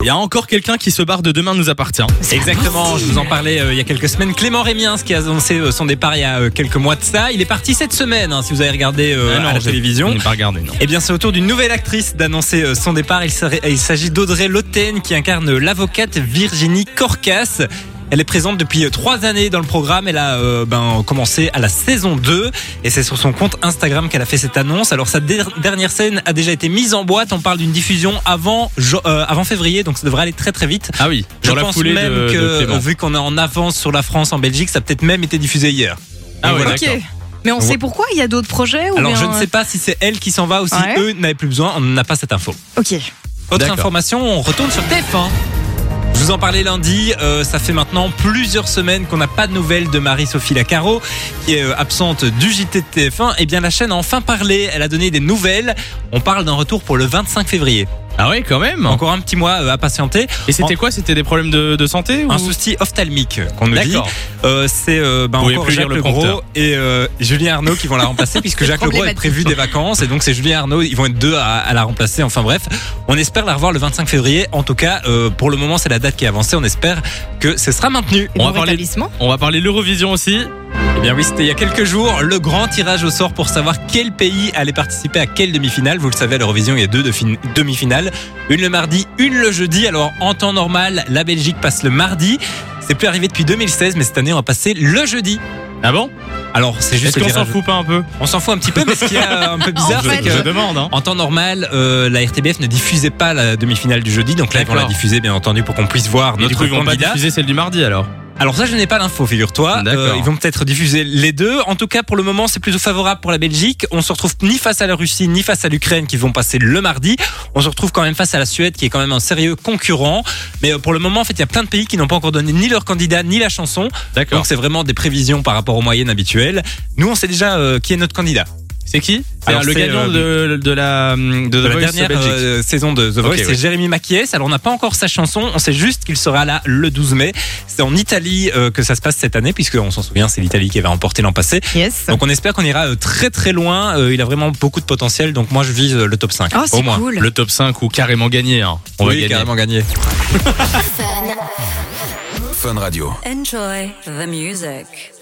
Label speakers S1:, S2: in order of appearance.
S1: Il y a encore quelqu'un qui se barre de Demain nous appartient.
S2: Exactement, je vous en parlais euh, il y a quelques semaines. Clément Rémiens, qui a annoncé euh, son départ il y a euh, quelques mois de ça, il est parti cette semaine, hein, si vous avez regardé euh,
S1: Ah non,
S2: à la
S1: j'ai-
S2: télévision.
S1: je n'ai pas regardé, non.
S2: Eh bien, c'est au tour d'une nouvelle actrice d'annoncer euh, son départ. Il serait- Il s'agit d'Audrey Lotten, qui incarne euh, l'avocate Virginie Corcas. Elle est présente depuis euh, trois années dans le programme. Elle a euh, ben, commencé à la saison 2 et c'est sur son compte Instagram qu'elle a fait cette annonce. Alors sa der- dernière scène a déjà été mise en boîte. On parle d'une diffusion avant, jo- euh, avant février, donc ça devrait aller très très vite.
S1: Ah oui,
S2: Je
S1: dans la
S2: pense
S1: foulée
S2: même
S1: de, de
S2: que,
S1: Clément.
S2: vu qu'on est en avance sur la France en Belgique, ça a peut-être même été diffusé hier.
S1: Ah ouais,
S2: voilà.
S1: d'accord.
S3: Ok. Mais on
S2: Ouais.
S3: sait pourquoi Il y a d'autres projets ou
S2: Alors
S3: bien- euh,
S2: je ne sais pas si c'est elle qui s'en va ou si
S3: Ouais.
S2: eux n'avaient plus besoin, on n'a pas cette info.
S3: Ok.
S2: Autre
S1: D'accord.
S2: information, on retourne sur TF1. Je vous en parlais lundi, euh, ça fait maintenant plusieurs semaines qu'on n'a pas de nouvelles de Marie-Sophie Lacaro, qui est euh, absente du JT de TF1. Eh bien la chaîne a enfin parlé, elle a donné des nouvelles. On parle d'un retour pour le 25 février.
S1: Ah oui, quand même.
S2: Encore un petit mois euh, à patienter.
S1: Et c'était quoi C'était des problèmes de, de santé ou...
S2: Un souci ophtalmique qu'on nous dit.
S1: D'accord.
S2: Euh, c'est euh, ben,
S1: Vous pouvez
S2: encore
S1: plus
S2: Jacques
S1: lire le
S2: Legros
S1: prompteur.
S2: et euh, Julien Arnaud qui vont la remplacer puisque
S3: C'est
S2: Jacques Legros est prévu des vacances et donc c'est Julien Arnaud, ils vont être deux à, à la remplacer. Enfin bref, on espère la revoir le 25 février. En tout cas, euh, pour le moment, c'est la date qui est avancée. On espère que ce sera maintenu.
S3: Et
S1: On va
S3: bon
S1: parler-
S3: rétablissement
S1: On va parler de l'Eurovision aussi.
S2: Eh bien oui, c'était il y a quelques jours le grand tirage au sort pour savoir quel pays allait participer à quelle demi-finale. Vous le savez, à l'Eurovision, il y a deux defin- demi-finales. Une le mardi, une le jeudi. Alors en temps normal, la Belgique passe le mardi. C'est plus arrivé depuis 2016, mais cette année, on va passer le jeudi.
S1: Ah bon
S2: Alors c'est juste
S1: Est-ce
S2: le
S1: qu'on s'en
S2: tirage-
S1: fout pas un peu
S2: On s'en fout un petit peu, mais ce qui est euh, un peu bizarre,
S1: je,
S3: fait,
S2: c'est que.
S1: je demande. Hein.
S2: En temps normal, euh, la RTBF ne diffusait pas la demi-finale du jeudi, donc là ils vont la
S1: D'accord.
S2: diffuser bien entendu pour qu'on puisse voir
S1: Et
S2: notre
S1: du coup, ils vont pas
S2: candidat.
S1: diffuser celle du mardi alors.
S2: Alors ça, je n'ai pas l'info, figure-toi. Euh,
S1: D'accord.
S2: ils vont peut-être diffuser les deux. En tout cas, pour le moment, c'est plutôt favorable pour la Belgique. On se retrouve ni face à la Russie, ni face à l'Ukraine qui vont passer le mardi. On se retrouve quand même face à la Suède qui est quand même un sérieux concurrent. Mais euh, pour le moment, en fait, il y a plein de pays qui n'ont pas encore donné ni leur candidat, ni la chanson.
S1: D'accord.
S2: Donc c'est vraiment des prévisions par rapport aux moyennes habituelles. Nous, on sait déjà euh, qui est notre candidat.
S1: C'est qui C'est
S2: Alors,
S1: le
S2: c'est,
S1: gagnant de, de la, de The
S2: de la
S1: Voice
S2: dernière
S1: Belgique.
S2: euh, saison de The Voice,
S1: Ok,
S2: c'est
S1: ouais.
S2: Jérémy Maquies. Alors on n'a pas encore sa chanson, on sait juste qu'il sera là le 12 mai. C'est en Italie euh, que ça se passe cette année, puisque on s'en souvient, c'est l'Italie qui avait remporté l'an passé.
S3: Yes.
S2: Donc on espère qu'on ira euh, très très loin. Euh, il a vraiment beaucoup de potentiel, donc moi je vise euh, le top 5.
S3: Oh,
S2: au
S3: c'est
S2: moins.
S3: cool.
S1: Le top 5 ou carrément gagné. hein. On
S2: oui,
S1: va gagner.
S2: carrément gagné.
S4: Enjoy the music.